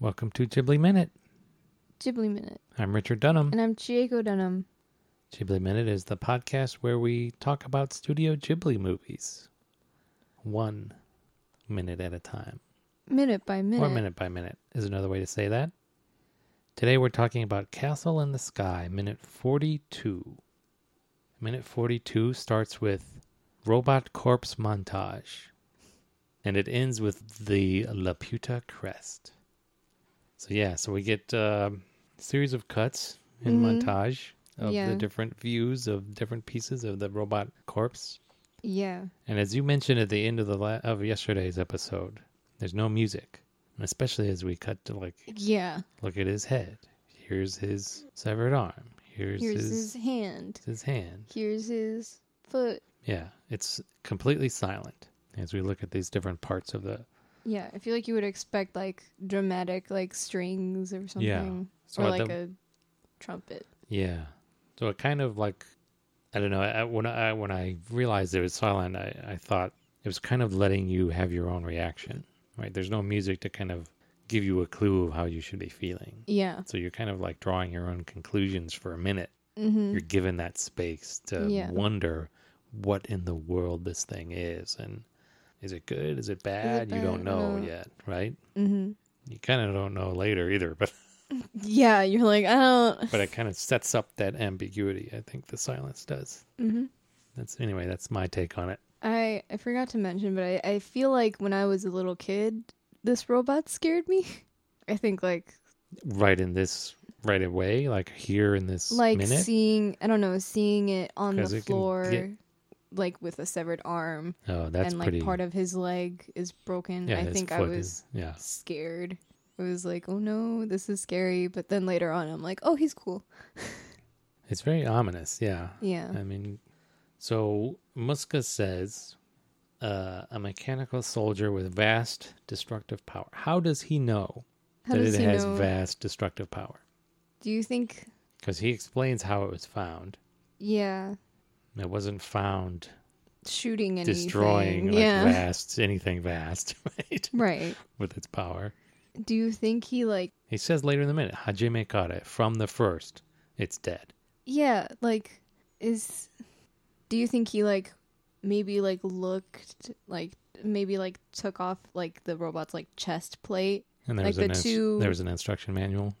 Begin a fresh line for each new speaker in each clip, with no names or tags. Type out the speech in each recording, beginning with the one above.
Welcome to Ghibli Minute.
Ghibli Minute.
I'm Richard Dunham.
And I'm Chieko Dunham.
Ghibli Minute is the podcast where we talk about Studio Ghibli movies, one minute at a time,
Minute by minute.
or minute by minute is another way to say that. Today we're talking about Castle in the Sky, minute 42. Minute 42 starts with Robot Corpse montage, and it ends with the Laputa crest. So yeah, so we get a series of cuts in
Mhm.
montage of
Yeah.
the different views of different pieces of the robot corpse.
Yeah.
And as you mentioned at the end of the la- of yesterday's episode, there's no music, and especially as we cut to like
Yeah.
look at his head. Here's his severed arm. Here's,
Here's
his,
his, hand.
his hand.
Here's his foot.
Yeah, it's completely silent as we look at these different parts of the
Yeah. I feel like you would expect like dramatic like strings or something.
So
or
at
like
the-
a trumpet.
yeah. So it kind of like I don't know. I, when I when I realized it was silent, I, I thought it was kind of letting you have your own reaction. Right? There's no music to kind of give you a clue of how you should be feeling.
Yeah.
So you're kind of like drawing your own conclusions for a minute.
Mm-hmm.
you're given that space to
Yeah.
wonder what in the world this thing is and is it good is it bad, you don't
bad? Uh-huh.
know
No.
yet right
Mm-hmm.
you kind of don't know later either but
Yeah. You're like, I don't.
but it kind of sets up that ambiguity i think the silence does
Mm-hmm.
that's anyway that's my take on it
I, I forgot to mention, but I, I feel like when I was a little kid, this robot scared me. I think like
right in this right away like here in this
like
minute
seeing I don't know, seeing it on
'Cause
the
it can
floor
get-
like with a severed arm
oh that's
and like
pretty
part of his leg is broken.
yeah
I
his
think I
foot
was
is- yeah
scared. I was like, "Oh no, this is scary." But then later on I'm like, "Oh, he's cool."
it's very ominous yeah
Yeah.
I mean, so Muska says, uh, a mechanical soldier with vast destructive power. How does he know
How
that
does
it
he
has
know?
vast destructive power?
Do you think
Because he explains how it was found.
yeah,
It wasn't found
shooting anything.
destroying like
yeah.
vast anything vast, right?
Right.
With its power.
Do you think he like
He says later in the minute, Hajime caught it from the first. It's dead.
yeah, like is do you think he like maybe like looked like maybe like took off like the robot's like chest plate
And there
Like
was an
the
ins-
two-
there was an instruction manual.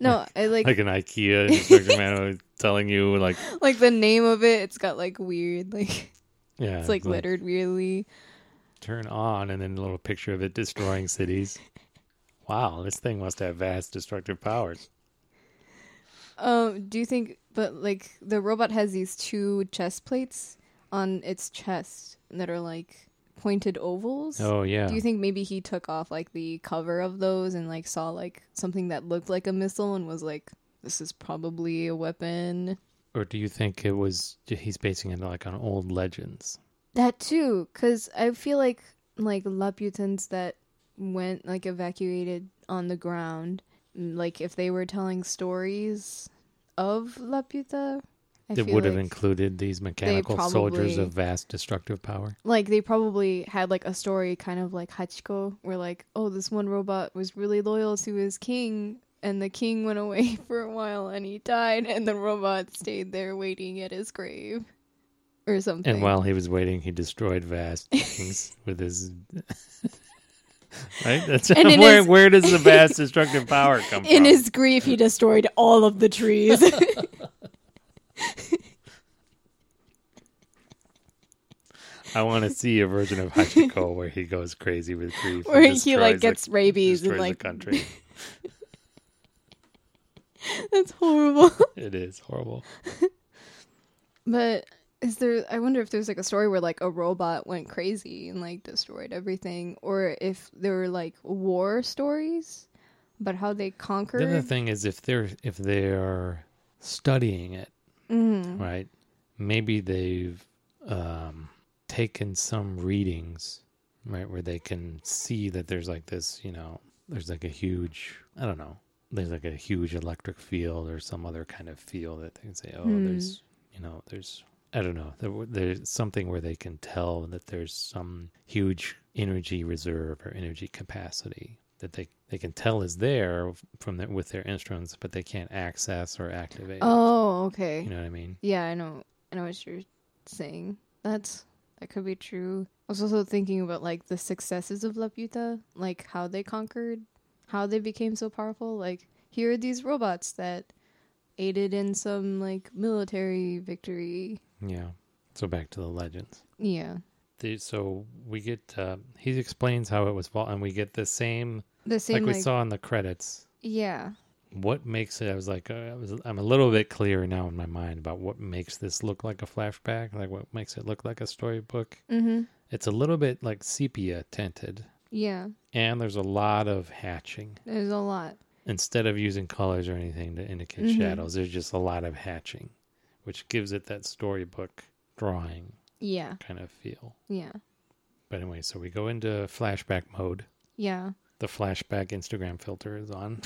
No, I like
Like
like,
an IKEA instruction manual telling you like
the name of it. It's got like weird, like
yeah.
it's like lettered weirdly.
turn on and then a little picture of it destroying cities. Wow, this thing must have vast destructive powers.
Um, do you think? But like the robot has these two chest plates on its chest that are like pointed ovals.
Oh yeah.
Do you think maybe he took off like the cover of those and like saw like something that looked like a missile and was like, "This is probably a weapon."
or do you think it was he's basing it like on old legends?
That too, because I feel like like Laputans that went like evacuated on the ground, m- like if they were telling stories of Laputa, I
it
feel
would have
like,
included these mechanical soldiers
probably-
of vast destructive power.
like they probably had like a story kind of like Hachiko, where like oh this one robot was really loyal to his king. And the king went away for a while, and he died, and the robot stayed there waiting at his grave, or something.
And while he was waiting, he destroyed vast things with his Right? That's
And in
where
his-
where does the vast destructive power come from?
In his grief, he destroyed all of the trees.
I want to see a version of Hachiko where he goes crazy with grief. and
where he
destroys
like
the-
gets rabies and
destroys
like
the country.
that's horrible.
It is horrible.
but is there? I wonder if there's like a story where like a robot went crazy and like destroyed everything, or if there were like war stories about how they conquered.
The other thing is if they're if they're studying it,
Mhm.
right? Maybe they've um, taken some readings, right, where they can see that there's like this, you know, there's like a huge, I don't know, there's like a huge electric field or some other kind of field that they can say, oh,
Hmm.
there's, you know, there's, I don't know, there, there's something where they can tell that there's some huge energy reserve or energy capacity that they, they can tell is there from the, with their instruments, but they can't access or activate.
Oh, okay.
You know what I mean?
Yeah, I know. I know what you're saying. That's that could be true. I was also thinking about like the successes of Laputa, like how they conquered, how they became so powerful. Like here are these robots that aided in some like military victory.
Yeah. So back to the legends.
Yeah,
The, so we get uh, he explains how it was fought, and we get the same
the
like
same
we
like,
saw in the credits.
yeah,
What makes it? I was like, uh, I was, I'm a little bit clearer now in my mind about what makes this look like a flashback, like what makes it look like a storybook.
mm-hmm.
It's a little bit like sepia tinted,
yeah.
and there's a lot of hatching.
There's a lot.
Instead of using colors or anything to indicate
Mhm.
shadows, there's just a lot of hatching, which gives it that storybook drawing
Yeah,
kind of feel.
yeah,
But anyway, so we go into flashback mode.
yeah.
the flashback Instagram filter is on,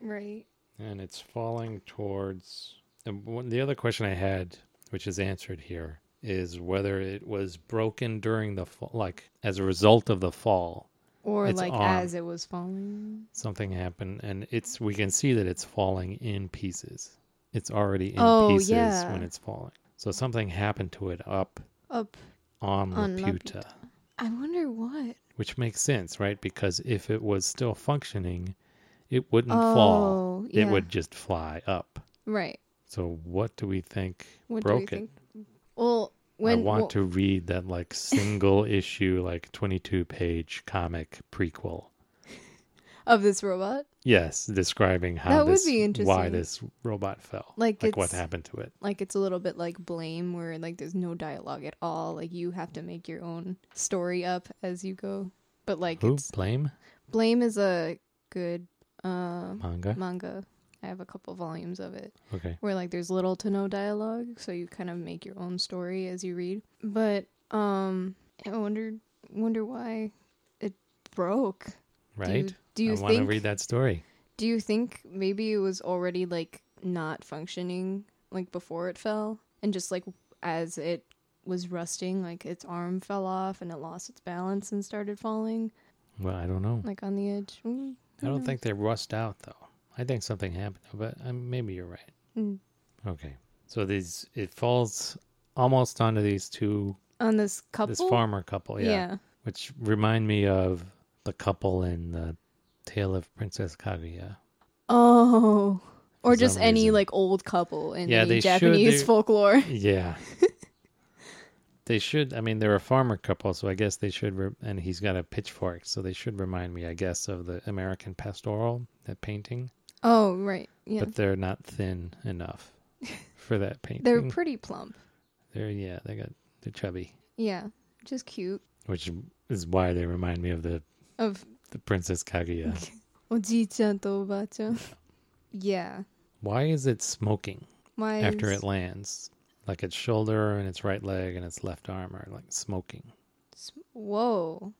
Right.
and it's falling towards. And one, the other question I had, which is answered here, is whether it was broken during the fall, like as a result of the fall,
Or
It's
like
on.
as it was falling.
something happened, and it's we can see that it's falling in pieces. It's already in
Oh,
pieces
yeah.
when it's falling. So something happened to it up
Up.
on,
On
Laputa,
I wonder what.
which makes sense, right? Because if it was still functioning, it wouldn't fall.
Oh, yeah.
It would just fly up.
Right.
So what do we think
What do
broke
you think?
it?
Well, when
I want to read that like single issue, like twenty-two page comic prequel.
of this robot,
Yes, describing how
That would
this,
be
why
interesting.
this robot fell,
Like
like what
it's-
happened to it.
like it's a little bit like blame, where like there's no dialogue at all. Like you have to make your own story up as you go. But like
Who
it's
blame
blame is a good uh,
manga?
manga. I have a couple volumes of it.
Okay,
where like there's little to no dialogue, so you kind of make your own story as you read. But um I wonder wonder why it broke.
right.
Do you, do you
I want to
think
read that story.
do you think maybe it was already like not functioning like before it fell and just like as it was rusting like its arm fell off and it lost its balance and started falling
Well, I don't know.
like on the edge. Mm,
I don't
knows?
think they rust out though. I think something happened, but um, maybe you're right.
Mm.
Okay, so these it falls almost onto these two
on this couple.
this farmer couple. yeah.
yeah.
which remind me of the couple in the Tale of Princess Kaguya.
Oh. Or
For
just
some
any
reason.
like old couple in
Yeah, they
the
should.
Japanese
They-
folklore.
Yeah. they should, I mean, they're a farmer couple, so I guess they should, re- and he's got a pitchfork, so they should remind me, I guess, of the American pastoral, that painting,
Oh, right. Yeah.
but they're not thin enough for that painting.
They're pretty plump.
They're- yeah, they got, they're chubby,
Yeah. Just cute.
which is why they remind me of the,
Of
the Princess Kaguya.
Oji-chan to Oba-chan. Yeah.
why is it smoking?
My
after it lands. Like its shoulder and its right leg and its left arm are like smoking.
Whoa.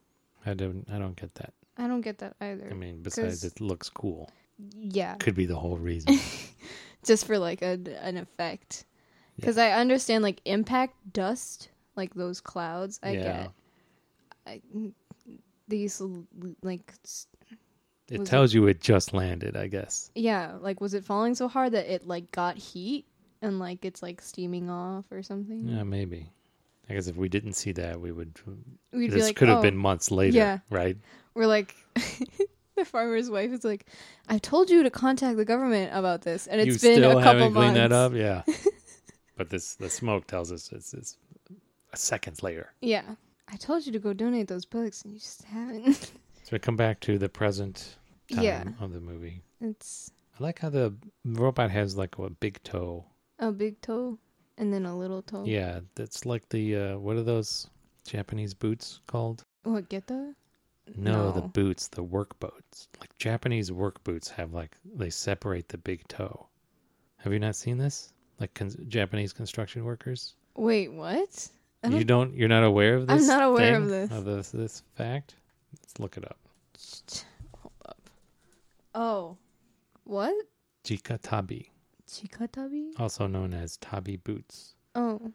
I don't I don't get that.
I don't get that either.
I mean, besides
'Cause-
it looks cool.
yeah.
Could be the whole reason.
Just for like a, an effect. Cuz I understand like impact dust, like those clouds I
Yeah.
get. I, these like s-
It
Was it-
tells you it just landed, I guess.
Yeah, like was it falling so hard that it like got heat and like it's like steaming off or something?
Yeah, maybe. I guess if we didn't see that, we would.
We'd be
this
like,
could have
oh.
been months later,
Yeah.
right?
We're like, the farmer's wife is like, I told you to contact the government about this, and
you
it's been
still
a couple
haven't cleaned
months.
that up, yeah. but this the smoke tells us it's, it's seconds later.
Yeah, I told you to go donate those books, and you just haven't.
So we come back to the present time
yeah,
of the movie.
it's
I like how the robot has like a big toe.
a big toe and then a little toe.
Yeah, that's like the uh, what are those Japanese boots called?
What get the?
No, the
No.
boots, the work boots. Like Japanese work boots have like they separate the big toe. Have you not seen this? Like con- Japanese construction workers.
Wait, what? I
you
don't-
don't. You're not aware of
I'm
this.
not aware of
thing?
this.
Of this, this fact. Let's look it up.
Hold up. Oh, what?
Jika tabi,
Chikatabi?
also known as tabi boots,
Oh,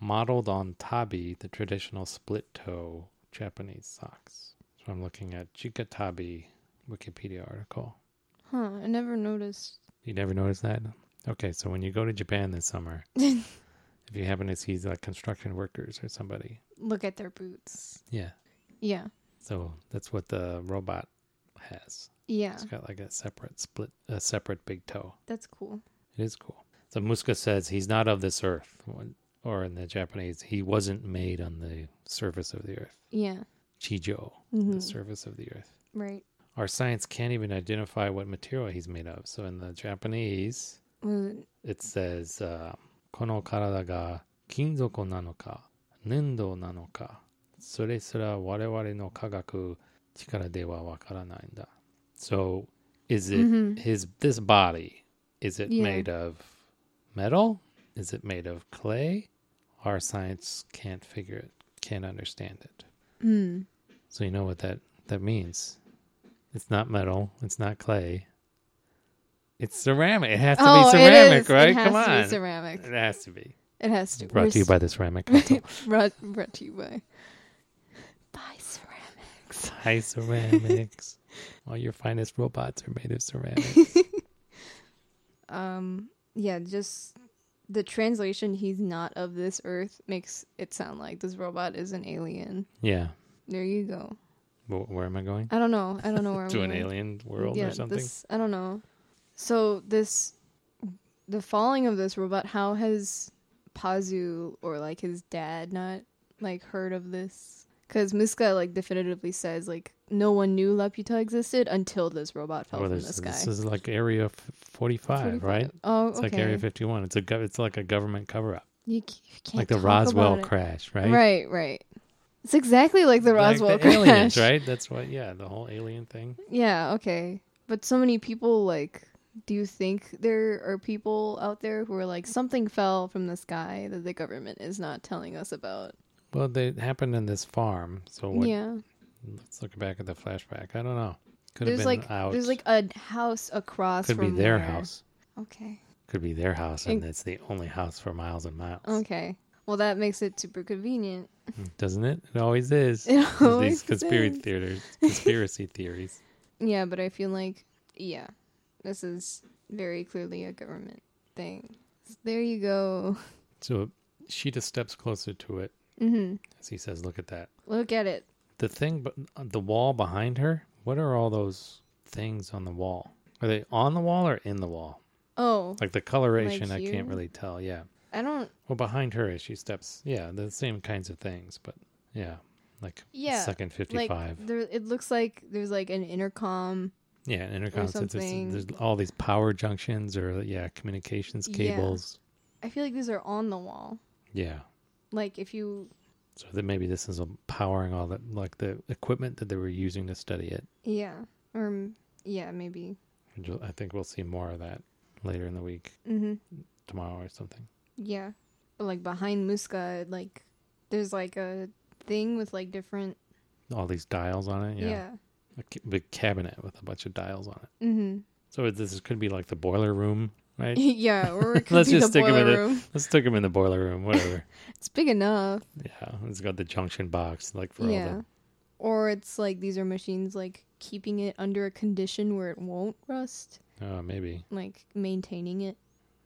modeled on tabi, the traditional split toe Japanese socks. So I'm looking at jika tabi Wikipedia article.
Huh, I never noticed.
You never noticed that? Okay, so when you go to Japan this summer, if you happen to see like construction workers or somebody,
Look at their boots.
yeah.
Yeah.
So that's what the robot has.
Yeah.
It's got like a separate split, a separate big toe.
That's cool.
It is cool. So Muska says he's not of this earth, or in the Japanese, he wasn't made on the surface of the earth.
Yeah.
Chijo,
hmm
the surface of the earth.
Right.
Our science can't even identify what material he's made of. So in the Japanese,
Was it-
it says, uh, この体が金属なのか、粘土なのか、それすら我々の科学力ではわからないんだ。So, is it
Mhm.
his this body? Is it
Yeah.
made of metal? Is it made of clay? Our science can't figure it, can't understand it.
Hmm.
So you know what that that means. It's not metal. It's not clay. It's ceramic. It has to be ceramic, right?
Oh, It has
Come
to
on.
be ceramic.
It has to be.
It has to.
Brought to you by the ceramic Council.
brought, brought to you by. By ceramics.
Hi, ceramics. All your finest robots are made of ceramic.
Um. Yeah. Just the translation. He's not of this earth. Makes it sound like this robot is an alien.
yeah.
There you go.
Wh- where am I going?
I don't know. I don't know where
to
I'm
an
going.
alien world or something?
This, I don't know. So this, the falling of this robot. How has Pazu or like his dad not like heard of this? Because Miska like definitively says like no one knew Laputa existed until this robot fell
Oh,
from
this,
the sky.
this is like Area f- 45,
45.
right?
Oh,
It's
okay.
like Area 51. It's a gov- it's like a government cover up,
you, c- you can't
like the
talk
Roswell
about it.
crash, right?
right? right, It's exactly like the
Like the
Roswell crash,
aliens, right? That's what. Yeah, the whole alien thing.
Yeah, okay. But so many people like do you think there are people out there who are like something fell from the sky that the government is not telling us about?
Well, they it happened in this farm. So what,
Yeah.
let's look back at the flashback. I don't know. Could have
There's
been
like
out.
there's like a house across
could be
from
their
where-
house.
Okay.
Could be their house, and
It- Oh.
it's the only house for miles and miles.
Okay. Well, that makes it super convenient.
Doesn't it? It always is.
It
These
always
conspiracy
is.
theaters, conspiracy theories.
Yeah, but I feel like yeah. This is very clearly a government thing. So there you go.
So she just steps closer to it
Mhm.
as he says, "Look at that."
Look at it.
The thing, but the wall behind her. What are all those things on the wall? Are they on the wall or in the wall?
Oh,
Like the coloration, I
here?
can't really tell. Yeah.
I don't
Well, behind her as she steps, yeah, the same kinds of things, but yeah, like
Yeah,
second
like
fifty-five,
there it loots like there's like an intercom
yeah, intercom. There's,
something.
there's all these power junctions or yeah, communications
Yeah.
cables.
i feel like these are on the wall
Yeah,
like if you
so that maybe this is powering all that, like the equipment that they were using to study it.
yeah or mm, yeah maybe
And you'll- I think we'll see more of that later in the week,
mm-hmm.
tomorrow or something.
yeah but like behind muska like there's like a thing with like different
All these dials on it, yeah,
yeah,
a ca- big cabinet with a bunch of dials on it.
mm-hmm
So this is- could be like the boiler room, right?
yeah or it could
Let's
be
just
the
stick 'em in
boiler
it.
room
Let's stick them in the boiler room, whatever.
it's big enough
Yeah, it's got the junction box, like for all
yeah
the.
or it's like these are machines like keeping it under a condition where it won't rust
Oh, maybe.
like maintaining it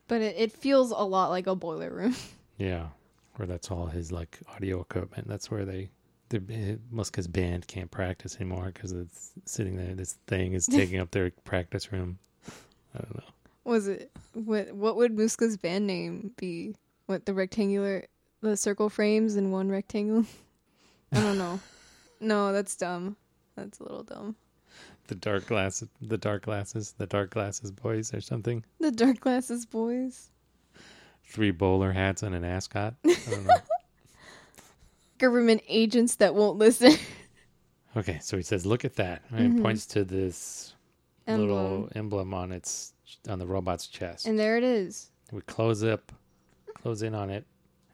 but it, it feels a lot like a boiler room
Yeah, where that's all his like audio equipment. That's where they, the Muska's band can't practice anymore because it's sitting there. This thing is taking up their practice room. I don't know.
was it what what would Muska's band name be? What the rectangular the circle frames in one rectangle? I don't know. no, that's dumb. That's a little dumb.
The dark glasses, the dark glasses, the dark glasses boys or something.
The dark glasses boys.
Three bowler hats and an ascot. I don't know.
Government agents that won't listen.
okay, so he says, "Look at that," and
Mhm.
points to this little
Emblem.
emblem on its on the robot's chest.
And there it is.
We close up, close in on it,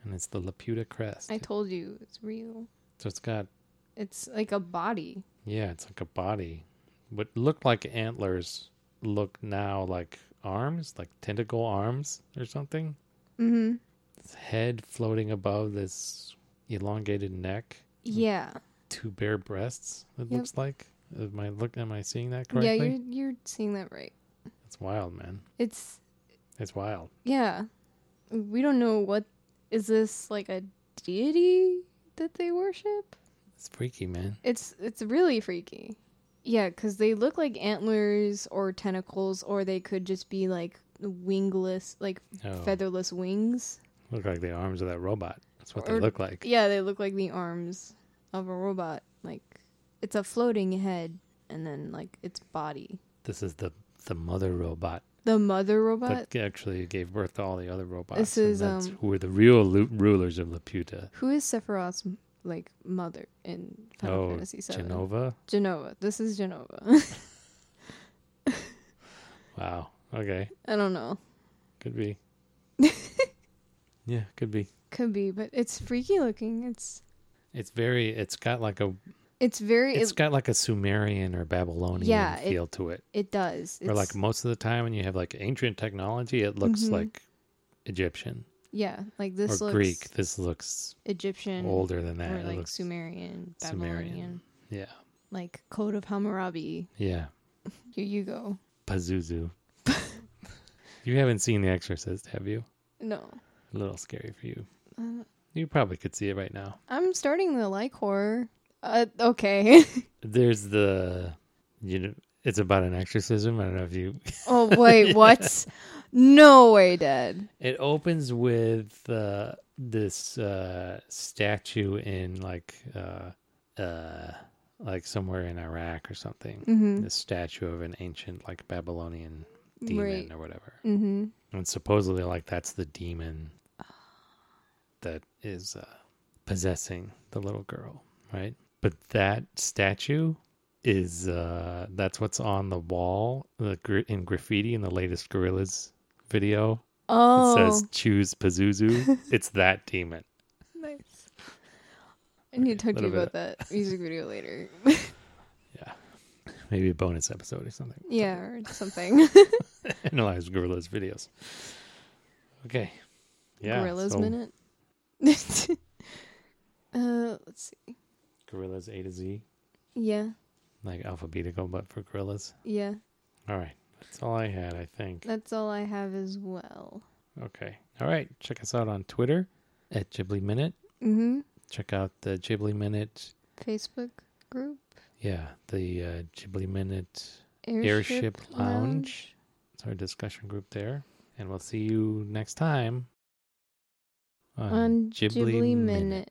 and it's the Laputa crest.
I told you it's real.
so it's got,
It's like a body.
yeah, it's like a body. What looked like antlers look now like arms, like tentacle arms or something.
Mm-hmm.
Its head floating above this elongated neck,
Yeah.
two bare breasts, it
Yep.
looks like. Am I look? Am I seeing that
Yeah,
correctly?
you're you're seeing that right.
It's wild, man.
It's
It's wild.
yeah. We don't know what is this like a deity that they worship?
It's freaky, man.
It's it's really freaky. Yeah, because they look like antlers or tentacles, or they could just be like wingless, like
Oh,
featherless wings.
look like the arms of that robot. That's what they
Or-
look like.
Yeah, they look like the arms of a robot. Like it's a floating head, and then like its body.
This is the the mother robot
The mother robot.
that actually gave birth to all the other robots.
This
and
is,
that's
um,
who were the real lu- rulers of Laputa.
Who is Sephiroth's like mother in Final
Oh,
Fantasy VII?
Genova.
Genova. This is Genova.
Wow. Okay.
I don't know.
Could be. yeah, could be.
Could be, but it's freaky looking. It's
It's very. It's got like a.
it's very
It's
it,
got like a Sumerian or Babylonian
Yeah, it-
feel to it.
it does. It's,
Or like most of the time when you have like ancient technology, it looks
Mhm.
like Egyptian
yeah, like this
or
looks
Greek. This looks
Egyptian
older than that.
or
It
like
looks-
Sumerian,
Sumerian.
Babylonian,
Yeah,
like Code of Hammurabi.
yeah.
Here you go.
Pazuzu. you haven't seen The Exorcist, have you?
No,
A little scary for you.
uh,
You probably could see it right now.
I'm starting to like horror. Uh, okay.
There's the, you know, it's about an exorcism. I don't know if you
oh wait, what? No way, Dad.
It opens with uh, this uh, statue in like uh, uh, like somewhere in Iraq or something.
Mm-hmm.
This statue of an ancient like Babylonian demon
Right.
or whatever,
Mm-hmm.
and supposedly like that's the demon that is uh, possessing the little girl, right? But that statue is uh, that's what's on the wall the, gr- in graffiti in the latest Gorillas video
Oh,
it says choose Pazuzu. it's that demon.
nice. I need to talk to you
little
about that music video later.
Maybe a bonus episode or something.
yeah, or something.
Analyze gorillas videos. Okay. Yeah.
Gorillas
so
minute. uh, let's see.
Gorillas A to Z,
Yeah,
like alphabetical, but for gorillas.
yeah.
All right. That's all I had, I think.
That's all I have as well.
Okay. All right. Check us out on Twitter at Ghibli Minute.
Mm-hmm.
Check out the Ghibli Minute.
Facebook group.
Yeah, the uh, Ghibli Minute Airship Lounge. It's our discussion group there. And we'll see you next time
On Ghibli, Minute.